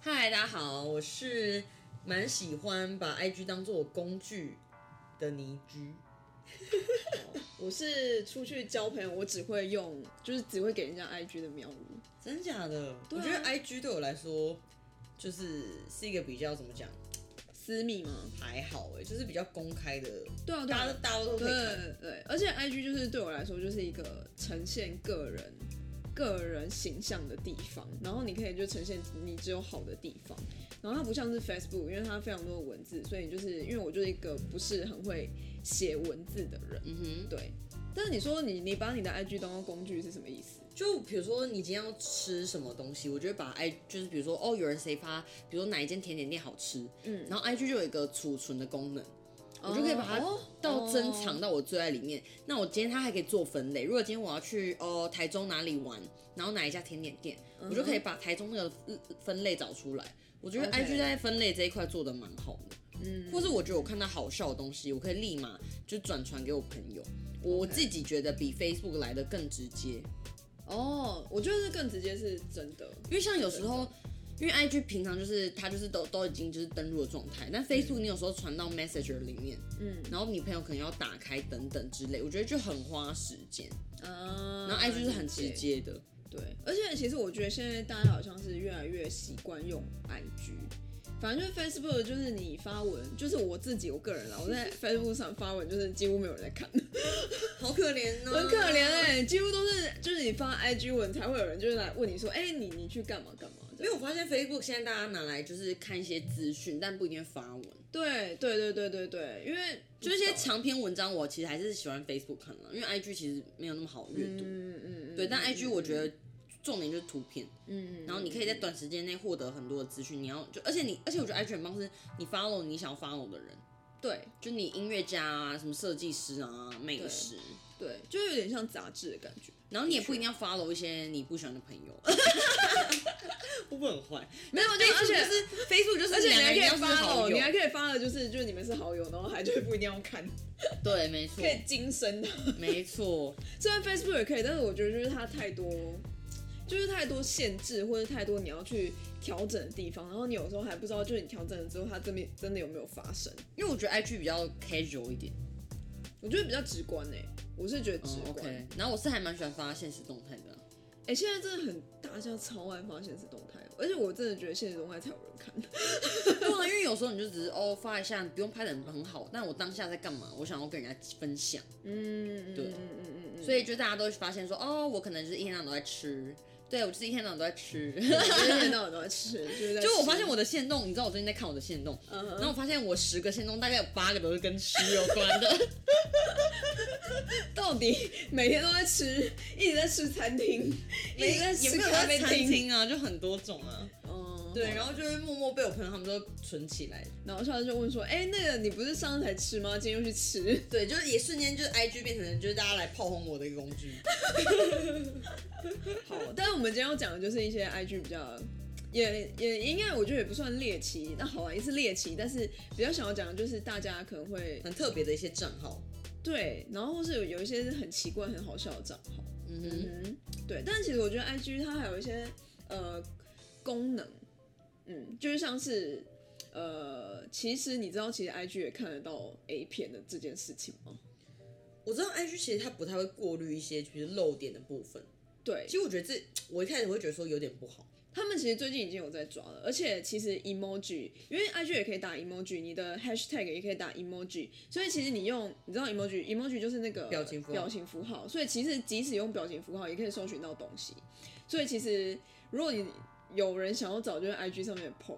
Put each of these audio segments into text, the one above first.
嗨，大家好，我是蛮喜欢把 IG 当做我工具的倪居。我是出去交朋友，我只会用，就是只会给人家 IG 的秒如。真假的？对我啊觉得 IG 对我来说就是是一个比较怎么讲，私密吗？还好哎、就是比较公开的，对啊，对大家啊都，大家都可对以看。对对，而且 IG 就是对我来说就是一个呈现个人个人形象的地方，然后你可以就呈现你只有好的地方，然后它不像是 Facebook，因为它非常多的文字，所以你就是因为我就是一个不是很会写文字的人，嗯对。但是你说你你把你的 IG 当做工具是什么意思？哼，就比如说你今天要吃什么东西，我觉得把 I 就是比如说哦，有人谁发，比如说哪一间甜点店好吃，嗯然后 IG 就有一个储存的功能，我就可以把它哦到珍藏到我最爱里面。那我今天它还可以做分类。如果今天我要去哦台中哪里玩，然后哪一家甜点店，嗯我就可以把台中那个呃分类找出来。我觉得 OK IG 在分类这一块做的蛮好的，嗯，或是我觉得我看到好笑的东西，我可以立马就转传给我朋友。我 OK 自己觉得比 Facebook 来的更直接，哦，我觉得这更直接是真的，因为像有时候，因为 IG 平常就是它就是都都已经就是登录的状态，但 Facebook 你有时候传到 Messenger 里面，嗯然后你朋友可能要打开等等之类，我觉得就很花时间。啊，然后 IG 是很直接的，对，而且其实我觉得现在大家好像是越来越习惯用 IG。反正就是 Facebook，就是你发文，就是我自己我个人啦，我在 Facebook 上发文，就是几乎没有人在看，好可怜欸呢、很可怜哎、几乎都是就是你发 IG 文才会有人就是来问你说，哎、你你去干嘛干嘛因这为样？我发现 Facebook 现在大家拿来就是看一些资讯，但不一定发文。对对对对对对，因为就是一些长篇文章，我其实还是喜欢 Facebook 看了，因为 IG 其实没有那么好阅读。嗯嗯嗯，对，但 IG 我觉得重点就是图片，嗯，嗯然后你可以在短时间内获得很多的资讯。你要就而且你而且我觉得 IG 很棒，是你 follow 你想要 follow 的人，对就你音乐家啊、什么设计师啊、美食，对，就有点像杂志的感觉。然后你也不一定要 follow 一些你不喜欢的朋友。 会不会很坏？没有，就而且就是 Facebook 就是而且两个你还人可要以是发好了，友你还可以发了，就是就是你们是好友，然后还就是不一定要看，对，没错可，以精深的。没错，虽然 Facebook 也可以，但是我觉得就是它太多，就是太多限制或者太多你要去调整的地方，然后你有时候还不知道，就是你调整了之后，它这边真的有没有发生？因为我觉得 IG 比较 casual 一点、我觉得比较直观哎、我是觉得直嗯、观。哎、 ，OK。然后我是还蛮喜欢发现实动态的啊， 现在真的很大家超爱发现实动态，而且我真的觉得现实动态才有人看。对啊，因为有时候你就只是哦发一下，不用拍的很好，但我当下在干嘛，我想要跟人家分享，嗯，对嗯嗯嗯 嗯，所以就大家都会发现说哦，我可能就是一天到晚都在吃，对我就是一天到晚都在吃。我一天到晚都在吃，就是在 就我吃发现我的线动，你知道我最近在看我的线动，嗯哼然后我发现我十个线动大概有八个都是跟吃有关的，到底每天都在吃，一直在吃餐厅，一直 在也吃没有咖在啡餐厅。厅啊，就很多种啊。嗯，对，然后就会默默被我朋友他们都存起来。然后下次就问说，哎、那个你不是上次才吃吗？今天又去吃。对，就是也瞬间就是 IG 变成了就是大家来炮轰我的一个工具。 好，但是我们今天要讲的就是一些 IG 比较。也也应该，我觉得也不算猎奇，那好玩也是猎奇，但是比较想要讲的就是大家可能会很特别的一些账号。对，然后或是有有一些是很奇怪、很好笑的账号，嗯哼，嗯，对。但其实我觉得 I G 它还有一些呃功能，嗯，就是像是呃，其实你知道，其实 I G 也看得到 A 片的这件事情吗？我知道 IG 其实它不太会过滤一些就是漏点的部分。对其，实我觉得这，我一开始会觉得说有点不好。他们其实最近已经有在抓了，而且其实 emoji，因为 IG 也可以打 emoji，你的 hashtag 也可以打 emoji，所以其实你用，你知道 emoji，emoji 就是那个表情符号表情符号，所以其实即使用表情符号也可以搜寻到东西，所以其实如果你有人想要找，就是 IG 上面的棚，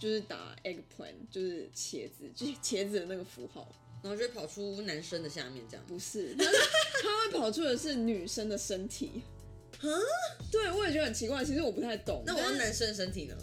就是打 eggplant，就是茄子，就是茄子的那个符号，然后就会跑出男生的下面这样，不是， 它是它会跑出的是女生的身体，啊？对我也觉得很奇怪，其实我不太懂，那我但要是男生的身体 呢？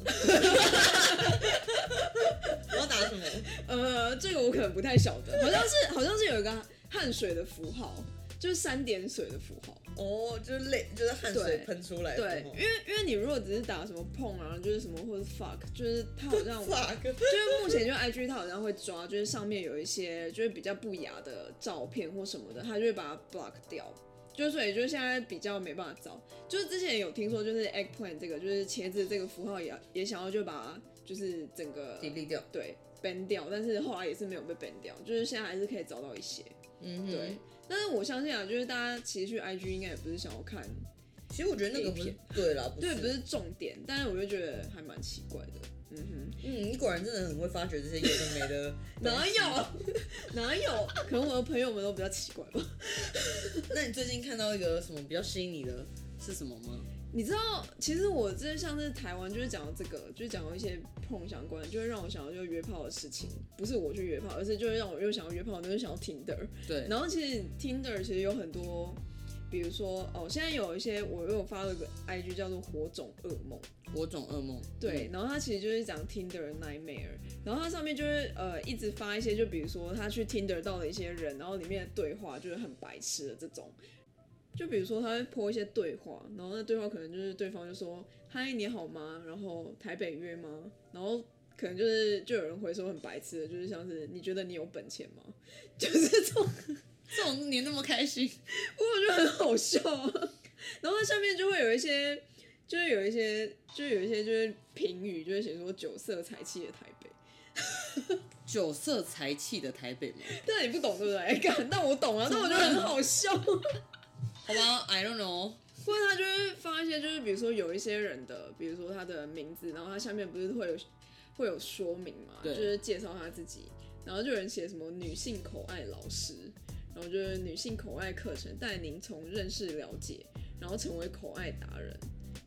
我要打什么？呃，这个我可能不太晓得，好像是好像是有一个汗水的符号，就是三点水的符号。哦，就是泪，就是汗水对喷出来的哦对时，候。因为因为你如果只是打什么碰啊，就是什么或者 fuck，就是它好 像就哇哥，是目前就 IG 它好像会抓，就是上面有一些就是比较不雅的照片或什么的，它就会把它 block 掉。就所以就是现在比较没办法找，就是之前有听说就是 eggplant 这个就是茄子这个符号也要也想要就把它就是整个比例掉，对 ban 掉，但是后来也是没有被 ban 掉，就是现在还是可以找到一些。嗯，对，。但是我相信啊，就是大家其实去 IG 应该也不是想要看，其实我觉得那个不是对啦，不对，不是重点，但是我就觉得还蛮奇怪的。嗯哼，嗯，你果然真的很会发掘这些有的没 的东西。哪有 哪有？可能我的朋友们都比较奇怪吧。 那你最近看到一个什么比较吸引你的是什么吗？你知道，其实我这像是台湾，就是讲到这个，就是讲到一些碰相关的，就会让我想到就约炮的事情。不是我去约炮，而是就会让我又想要约炮，然后又想要 Tinder。对，然后其实 Tinder 其实有很多，比如说哦，现在有一些我又有发了个 IG 叫做“火种噩梦”，火种噩梦。嗯对，然后它其实就是讲 Tinder 的 nightmare，然后它上面就是呃一直发一些，就比如说他去 Tinder 到的一些人，然后里面的对话就是很白痴的这种，就比如说他会 po 一些对话，然后那对话可能就是对方就说嗨你好吗，然后台北约吗，然后可能就是就有人回说很白痴的，就是像是你觉得你有本钱吗，就是这种，这种你那么开心，我觉得很好笑啊， 然后它下面就会有一些。就是有一些，就是有一些就是评语，就会写说酒色财气的台北，酒色财气的台北吗？但你不懂对不对？ 干，但我懂啊，但我觉得很好笑。好吧，I don't know。或者他就会放一些，就是比如说有一些人的，比如说他的名字，然后他下面不是会有会有说明嘛，就对是介绍他自己，然后就有人写什么女性口爱老师，然后就是女性口爱课程带您从认识了解，然后成为口爱达人，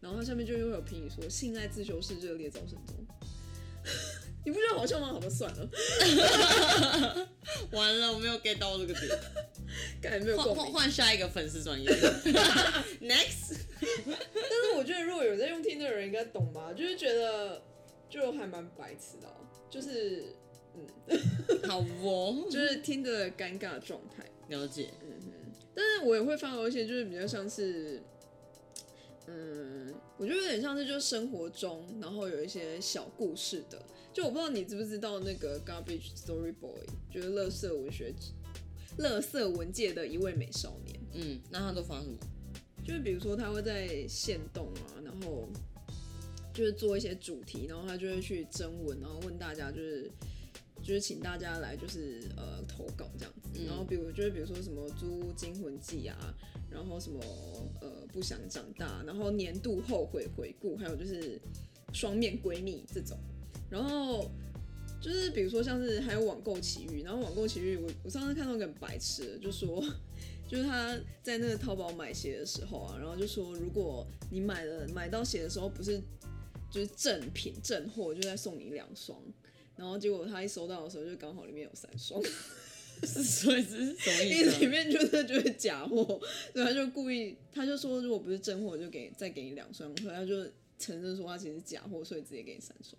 然后他下面就会有评语说性爱自修室热烈招生中。你不觉得好笑吗？好吧，算了，完了，我没有 get 到这个点。感 觉没有换共鸣换。换下一个粉丝专 业，next。 但是我觉得如果有在用听的人应该懂吧，就是觉得就还蛮白痴的啊、就是好哦，就是听的尴尬的状态。了解。但是我也会发到一些就是比较像是，嗯，我觉得有点像是就是生活中，然后有一些小故事的。就我不知道你知不知道那个 Garbage Story Boy，就是乐色文学、乐色文界的一位美少年。嗯，那他都发什么？就是比如说他会在线动啊，然后就是做一些主题，然后他就会去征文，然后问大家就是。就是请大家来，就是呃投稿这样子，嗯然后比如就是比如说什么《猪惊魂记》啊，然后什么呃不想长大，然后年度后悔回顾，还有就是双面闺蜜这种，然后就是比如说像是还有网购奇遇，然后网购奇遇我我上次看到一个很白痴的，就说就是他在那个淘宝买鞋的时候啊，然后就说如果你买了买到鞋的时候不是就是正品正货，就再送你两双。然后结果他一收到的时候，就刚好里面有三双，所以这是什么因 为里意思、啊？面就是就是假货，所以他就故意，他就说如果不是正货，我就给再给你两双，所以他就承认说他其实是假货，所以直接给你三双。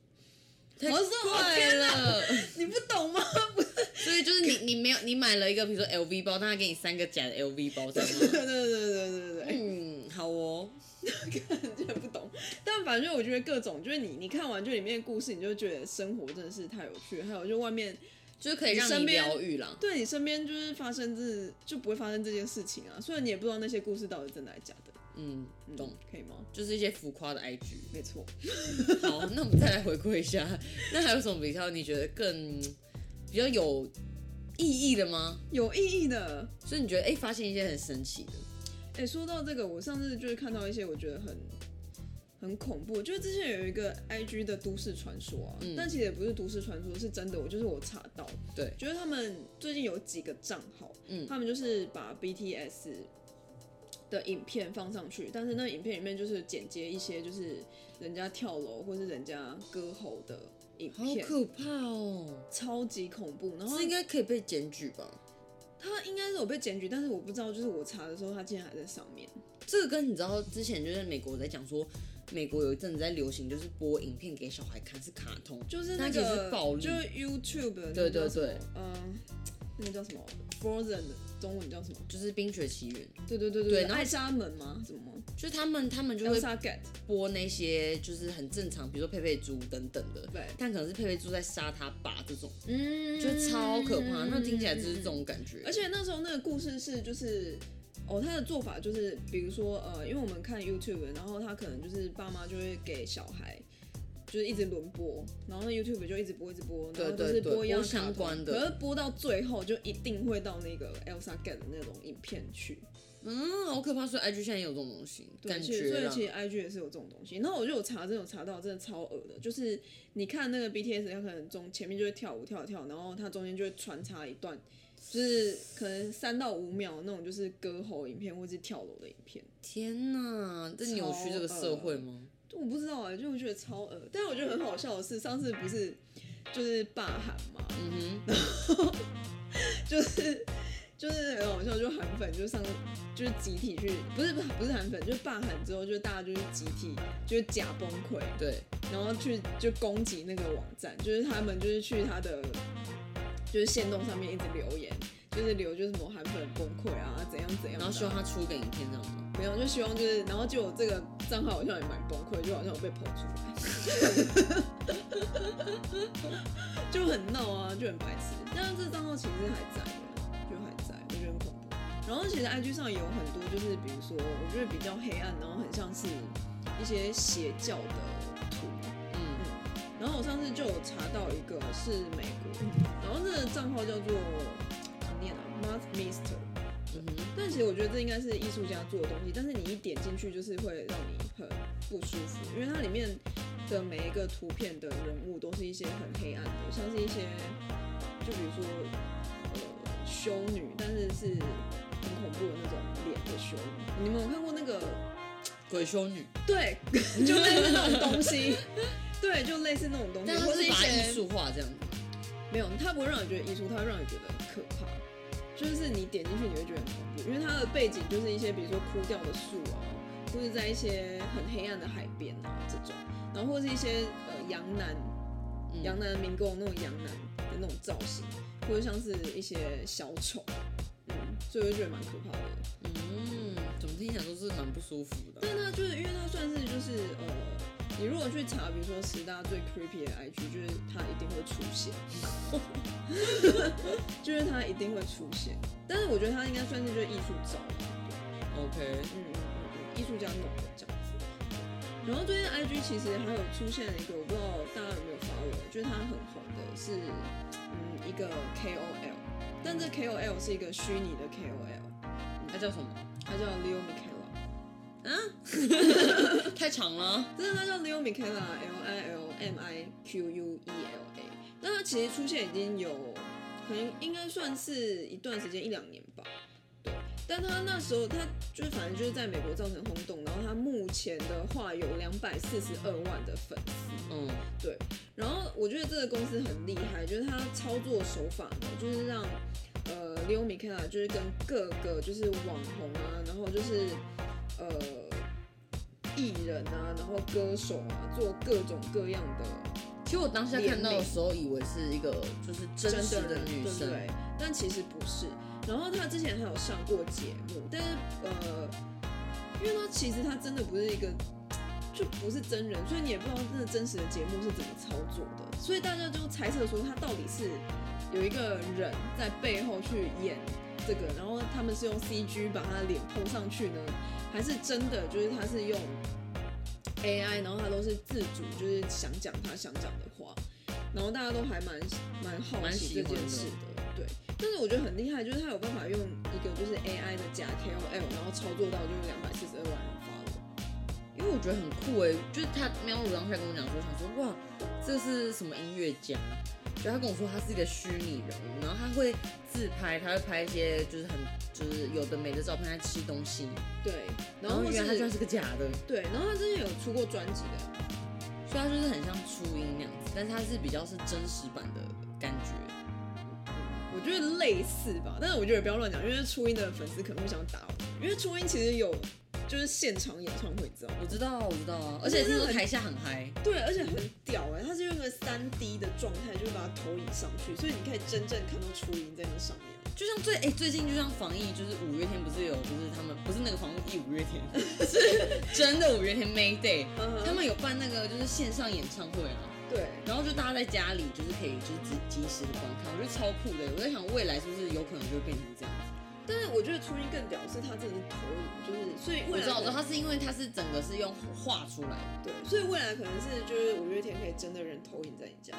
太好快了！你不懂吗？所以就是你你没有你买了一个比如说 LV 包，但他给你三个假的 LV 包，这样对吗？ 对对对对对。嗯，好哦。真的不懂。但反正我觉得各种，就是你你看完就里面的故事，你就觉得生活真的是太有趣。还有就外面就是可以让身你边疗愈啦。对你身边就是发生这就不会发生这件事情啊。虽然你也不知道那些故事到底真的还是假的，嗯，嗯懂，可以吗？就是一些浮夸的 IG。没错，好，那我们再来回顾一下，那还有什么比较你觉得更比较有意义的吗？有意义的。所以你觉得哎、诶发现一些很神奇的，哎、说到这个，我上次就是看到一些我觉得很很恐怖，就是之前有一个 IG 的都市传说啊，嗯但其实也不是都市传说，是真的。我就是我查到，对就是他们最近有几个账号，嗯他们就是把 BTS 的影片放上去，但是那影片里面就是剪接一些就是人家跳楼或是人家割喉的影好片，可怕哦！超级恐怖。然后这应该可以被检举吧？他应该是有被检举，但是我不知道，就是我查的时候他竟然还在上面。这个跟你知道之前就是美国在讲说，美国有一阵子在流行就是播影片给小孩看是卡通，就是那但其实个是暴力就是 YouTube 的那对个对叫什么对，嗯，那个叫什么 Frozen 的中文叫什么？就是《冰雪奇缘》，对对对对对对，然后爱莎门吗？什么就是他们他们就会？Elsa Get 播那些就是很正常，比如说佩佩猪等等的，对，但可能是佩佩猪在杀他爸这种，嗯就超可怕。那听起来就是这。种感觉，而且那时候那个故事是就是。哦，他的做法就是，比如说，呃，因为我们看 YouTube，然后他可能就是爸妈就会给小孩，就是一直轮播，然后那 YouTube 就一直播一直播，然后就对是对对一样播相卡通关的可是播到最后就一定会到那个 Elsa Get 的那种影片去。嗯，好可怕！所以 IG 现在也有这种东西，对，感其实所觉以啦其实 IG 也是有这种东西。然后我就有查，真的有查到，真的超恶的。就是你看那个 BTS，他可能中前面就会跳舞跳一跳，然后他中间就会穿插一段，就是可能三到五秒那种，就是歌喉影片或是跳楼的影片。天哪，这扭曲这个社会吗？我不知道哎、就我觉得超恶。但是我觉得很好笑的是，上次不是就是霸韩嘛，嗯哼，就是就是很好笑，就韩粉就上就是集体去，不是不是不是韩粉，就是霸韩之后，就大家就是集体就是假崩溃， 对，然后去就攻击那个网站，就是他们就是去他的就是线动上面一直留言，就是留就是某韩粉崩溃啊怎样怎样的啊，然后希望他出个影片这样吗？没有就希望就是，然后就有这个账号好像也蛮崩溃，就好像有被捧出来， 就很闹啊，就很白痴。但是这账号其实还在的，就还在，我觉得很恐怖。然后其实 IG 上也有很多，就是比如说我觉得比较黑暗，然后很像是一些邪教的图。嗯，然后我上次就有查到一个是美国，然后这个账号叫做怎么念啊 m a s t Mister。嗯哼，但其实我觉得这应该是艺术家做的东西，但是你一点进去就是会让你很不舒服，因为它里面的每一个图片的人物都是一些很黑暗的，像是一些就比如说呃修女，但是是很恐怖的那种脸的修女。你们有看过那个？鬼修女，对， 就类似那种东西，对，就类似那种东西，但他或是一把它些艺术化这样子。没有，它不会让你觉得艺术，它会让你觉得可怕。就是你点进去，你会觉得很恐怖，因为它的背景就是一些比如说枯掉的树啊，或是在一些很黑暗的海边啊这种，然后或是一些呃洋男、嗯洋男民工那种洋男的那种造型，或者像是一些小丑，嗯，所以我就觉得蛮可怕的。嗯，怎么听起来都是蛮不舒服的。但它就是因为它算是就是呃，你如果去查，比如说十大最 creepy 的 IG，就是它一定会出现， 就是它一定会出现。但是我觉得它应该算是就是艺术照吧，啊 OK，嗯嗯嗯，艺术家弄的这样子。然后最近 IG 其实还有出现了一个，我不知道大家有没有发我，就是它很红的是嗯一个 KOL，但这 KOL 是一个虚拟的 KOL，它叫什么？它叫 Leo Michaela。 啊太长了。啊真的，它叫 Leo Michaela L I L M I Q U E L A。那它其实出现已经有，可能应该算是一段时间一两年吧。对，但它那时候它就是反正就是在美国造成轰动，然后它目前的话有两百四十二万的粉丝。嗯，对，然后我觉得这个公司很厉害，就是它操作手法呢，就是让呃 Leo Michaela 就是跟各个就是网红啊，然后就是呃艺人啊，然后歌手啊，做各种各样的其实我当下看到的时候，以为是一个就是真真实的人，女对不生。对？但其实不是。然后他之前还有上过节目，但是呃，因为他其实他真的不是一个，就不是真人，所以你也不知道真的真实的节目是怎么操作的，所以大家就猜测说他到底是有一个人在背后去演这个，然后他们是用 CG 把他的脸碰上去呢，还是真的就是他是用 AI，然后他都是自主，就是想讲他想讲的话，然后大家都还蛮蛮好蛮奇喜这欢件的事的，对。但是我觉得很厉害，就是他有办法用一个就是 AI 的假 KOL，然后操作到就是两百四十二万人 follow。因为我觉得很酷哎、就是他喵如当下跟我讲说，想说哇，这是什么音乐家？就他跟我说他是一个虚拟人物，然后他会自拍，他会拍一些就是很就是有的没的照片，他吃东西，对，然然后后或哦原来他居然是是个假的，对，然后他之前有出过专辑的，所以他就是很像初音那样子，但是他是比较是真实版的感觉。我觉得类似吧，但是我觉得不要乱讲，因为初音的粉丝可能会想打我，因为初音其实有就是现场演唱会，你知道吗？我知道啊，我知道啊，而而且且听是说很台下很嗨，对，而且很屌哎、欸，它是用一个三 D 的状态，就是把它投影上去，所以你可以真正看到初音在那上面。就像最哎、最近就像防疫，就是五月天不是有就是他们不是那个防疫五月 天，是真的五月天 May Day，嗯他们有办那个就是线上演唱会啊。对，然后就大家在家里就是可以就是及及时的观看，我觉得超酷的。我在想未来是不是有可能就会变成这样子？但是我觉得初音更屌是他真的是投影，就是所以我未知来道，我知道，可它是因为它是整个是用画出来的。能对，所以未来可能是就是五月天可以真的人投影在 你家，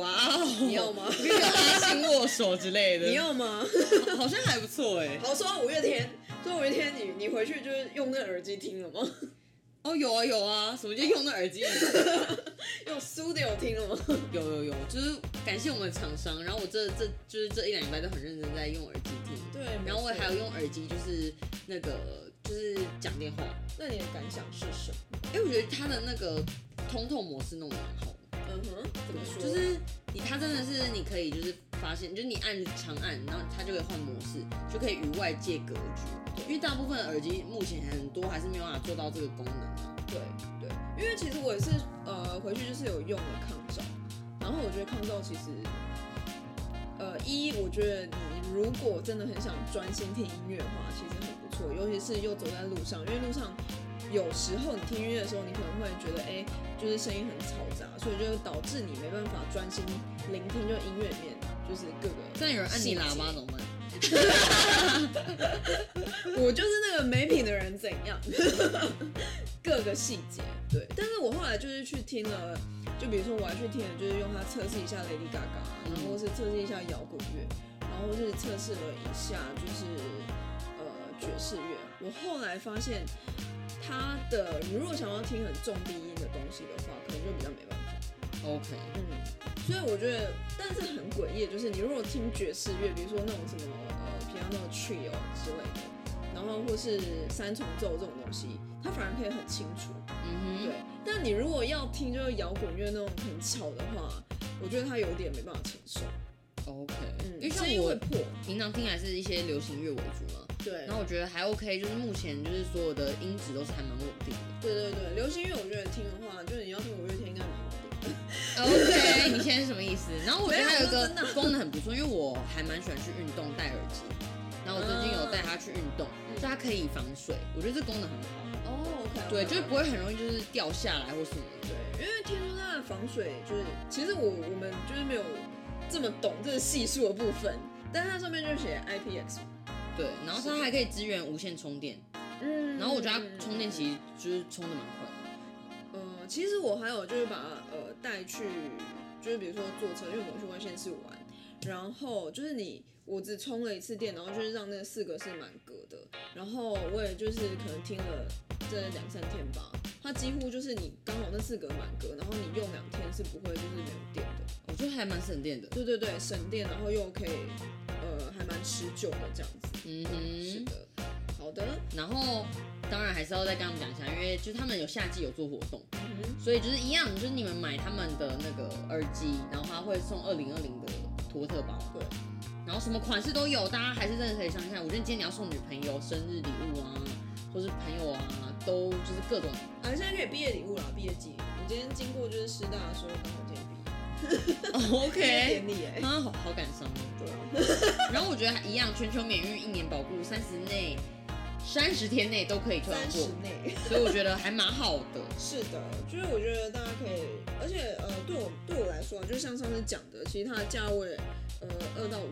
哇哦，你要 吗？你有拉心握手之类的，你要吗？ 好像还不错哎、好，说到五月天，说到五月天你你回去就是用那耳机听了吗？ 哦，有啊有啊，什么就用那耳机？ 用 Studio 听了吗？有有有，就是感谢我们的厂商。然后我这这就是这一两礼拜都很认真在用耳机听，对，然后我也还有，用耳机就是那个就是讲电话。那你的感想是什么？因为我觉得它的那个通透模式弄得蛮好的。嗯哼，怎么说？就是你，它真的是你可以就是发现，就是你按长按，然后它就可以换模式，就可以与外界隔绝。因为大部分耳机目前很多还是没有办法做到这个功能啊。对对，因为其实我也是呃回去就是有用了抗噪，然后我觉得抗噪其实，呃一我觉得你如果真的很想专心听音乐的话，其实很不错，尤其是又走在路上，因为路上有时候你听音乐的时候，你可能会觉得哎、就是声音很嘈杂，所以就导致你没办法专心聆听就音乐里面就是各个。虽然有人按你喇叭怎么办？ 我就是那个没品的人怎样， 各个细节对。但是我后来就是去听了，就比如说我还去听了，就是用它测试一下 Lady Gaga，嗯然后是测试一下摇滚乐，然后是测试了一下就是呃爵士乐。我后来发现，它的你如果想要听很重低音的东西的话，可能就比较没办法。 OK，嗯，所以我觉得，但是很诡异，就是你如果听爵士乐，比如说那种什么呃 piano trio 之类的，然后或是三重奏这种东西，它反而可以很清楚。嗯对，但你如果要听就是摇滚乐那种很吵的话，我觉得它有点没办法承受，哼，OK，嗯，因为声像音会我破。平常听还是一些流行乐为主嘛，对然，后我觉得还 OK，就是目前就是所有的音质都是还蛮稳定的。对对对，流行乐我觉得听的话，就是你要听五月天应该蛮好听的。 OK，你现在是什么意思？然后我觉得还有一没有个真的功能很不错，因为我还蛮喜欢去运动戴耳机，然后我最近有带它去运动，嗯所以它可以防水，我觉得这功能很好。哦，OK，对，就是不会很容易就是掉下来或什么的。对，因为听说它的防水就是，其实我我们就是没有这么懂这个系数的部分，但是它上面就写 IPX 嘛。对，然后它还可以支援无线充电，嗯然后我觉得它充电，其实就是充的蛮快的。呃，其实我还有就是把呃带去，就是比如说坐车，因为我们去外县市玩，然后就是你。我只充了一次电，然后就是让那四个是满格的，然后我也就是可能听了这两三天吧，它几乎就是你刚好那四格满格，然后你用两天是不会就是没有电的。我觉得还蛮省电的。对对对，省电，然后又可以，呃，还蛮持久的这样子。嗯是哼，的，好的，然后当然还是要再跟他们讲一下，因为就是他们有夏季有做活动，嗯所以就是一样，就是你们买他们的那个耳机，然后他会送二零二零的托特包，对，然后什么款式都有，大家还是真的可以想想看。我觉得今天你要送女朋友生日礼物啊，或是朋友啊，都就是各 种啊，现在可以毕业礼物啦，毕业季。我今天经过就是师大的时候，刚好今天毕业毕业 OK 典礼哎、啊，好好感伤哦。对啊，然后我觉得一样，全球免运一年保固，三十内。三十天内都可以退换三货十，内。所以我觉得还蛮好的。是的，就是我觉得大家可以，而且呃，对我对我来说啊，就像上次讲的，其实它的价位，呃，二到五。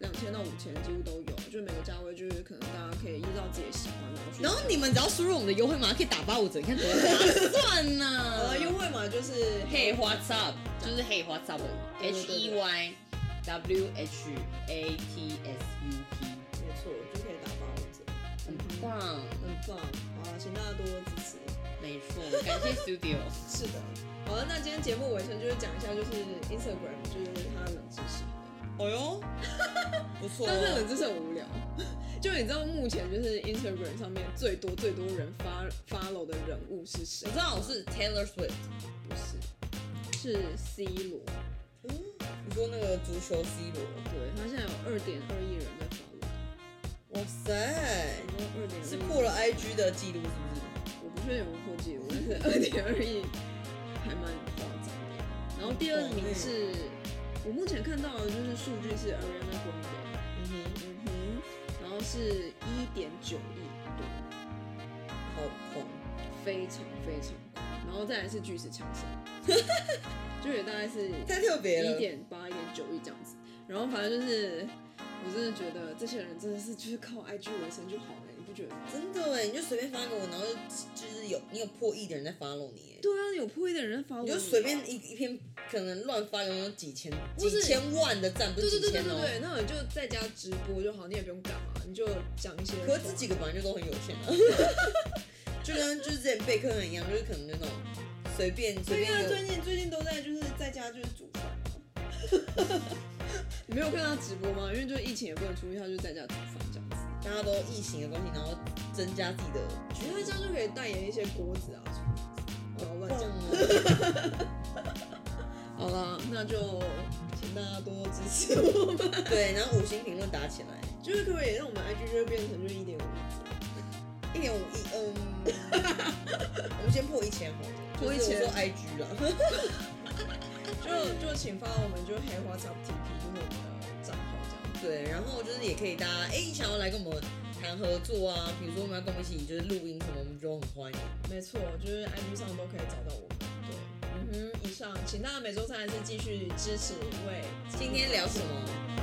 两千到五千几乎都有，就是每个价位就是可能大家可以依照自己的喜欢然后去然后你们只要输入我们的优惠码，可以打八五折，你看多划算呢、呃优惠码就是嘿 What's Up，就是嘿 What's Up，H 对 E 对 Y W H A T S U P，没错，就可以打八五折。很棒，很棒，嗯好啊了，请大家多多支持。没错，感谢 Studio。是的，好啊了，那今天节目尾声就是讲一下，就是 Instagram，就是它的冷知识。哎哦哟，不错但是冷知识很无聊， 就你知道目前就是 Instagram 上面最多最多人发 follow 的人物是我谁吗？知道我是 Taylor Swift，不是？是 C 罗，嗯你说那个足球 C 罗，对他现在有二点二亿人在 follow，哇塞，哦二点是破了 IG 的记录是不是？我不确定有没有破纪录，但是二点二亿还蛮夸张的。然后第二名是我目前看到的就是数据是 Ariana Grande，嗯嗯哼，然后是一点九亿多，哼，好狂，非常非常高。然后再来是巨石强森， 就也大概是太特别一了。点八、一点九亿这样子。然后反正就是我真的觉得这些人真的是就是靠 IG 为生就好了，你不觉得吗？真的哎，你就随便发个文，然后就就是有你有破亿的人在 follow 你哎，对啊，有破译的人发我，你就随便一一篇可能乱发，有有几千不几是千万的赞，不对是对几对对千对哦。对，那你就在家直播就好，你也不用干嘛，你就讲一些话。可是这几个本来就都很有钱 啊，就跟就是之前备课很一样，就是可能就那种随便随对便啊，一个最近最近都在就是在家就是煮饭嘛。 你没有看他直播吗？因为就疫情也不能出去，他就在家煮饭这样子。大家都疫情的关系，然后增加自己的 因为这样就可以代言一些锅子啊什么的。不要乱讲。哦好了，那就请大家多多支持我们。 对，然后五星评论打起来，就是可不可以让我们 IG 就会变成就是一点五亿？一点五亿， 嗯，我们先破一千好了，破就是1000我说 IG 了，就就请发我们就黑花 up TP 就是我们的账号这样。对，然后就是也可以大家哎、想要来跟我们谈合作啊，比如说我们要跟我们一起就是录音什么，我们都很欢迎。没错，就是 IG 上都可以找到我们。对，嗯哼，以上，请大家每周三还是继续支持为今天聊什么？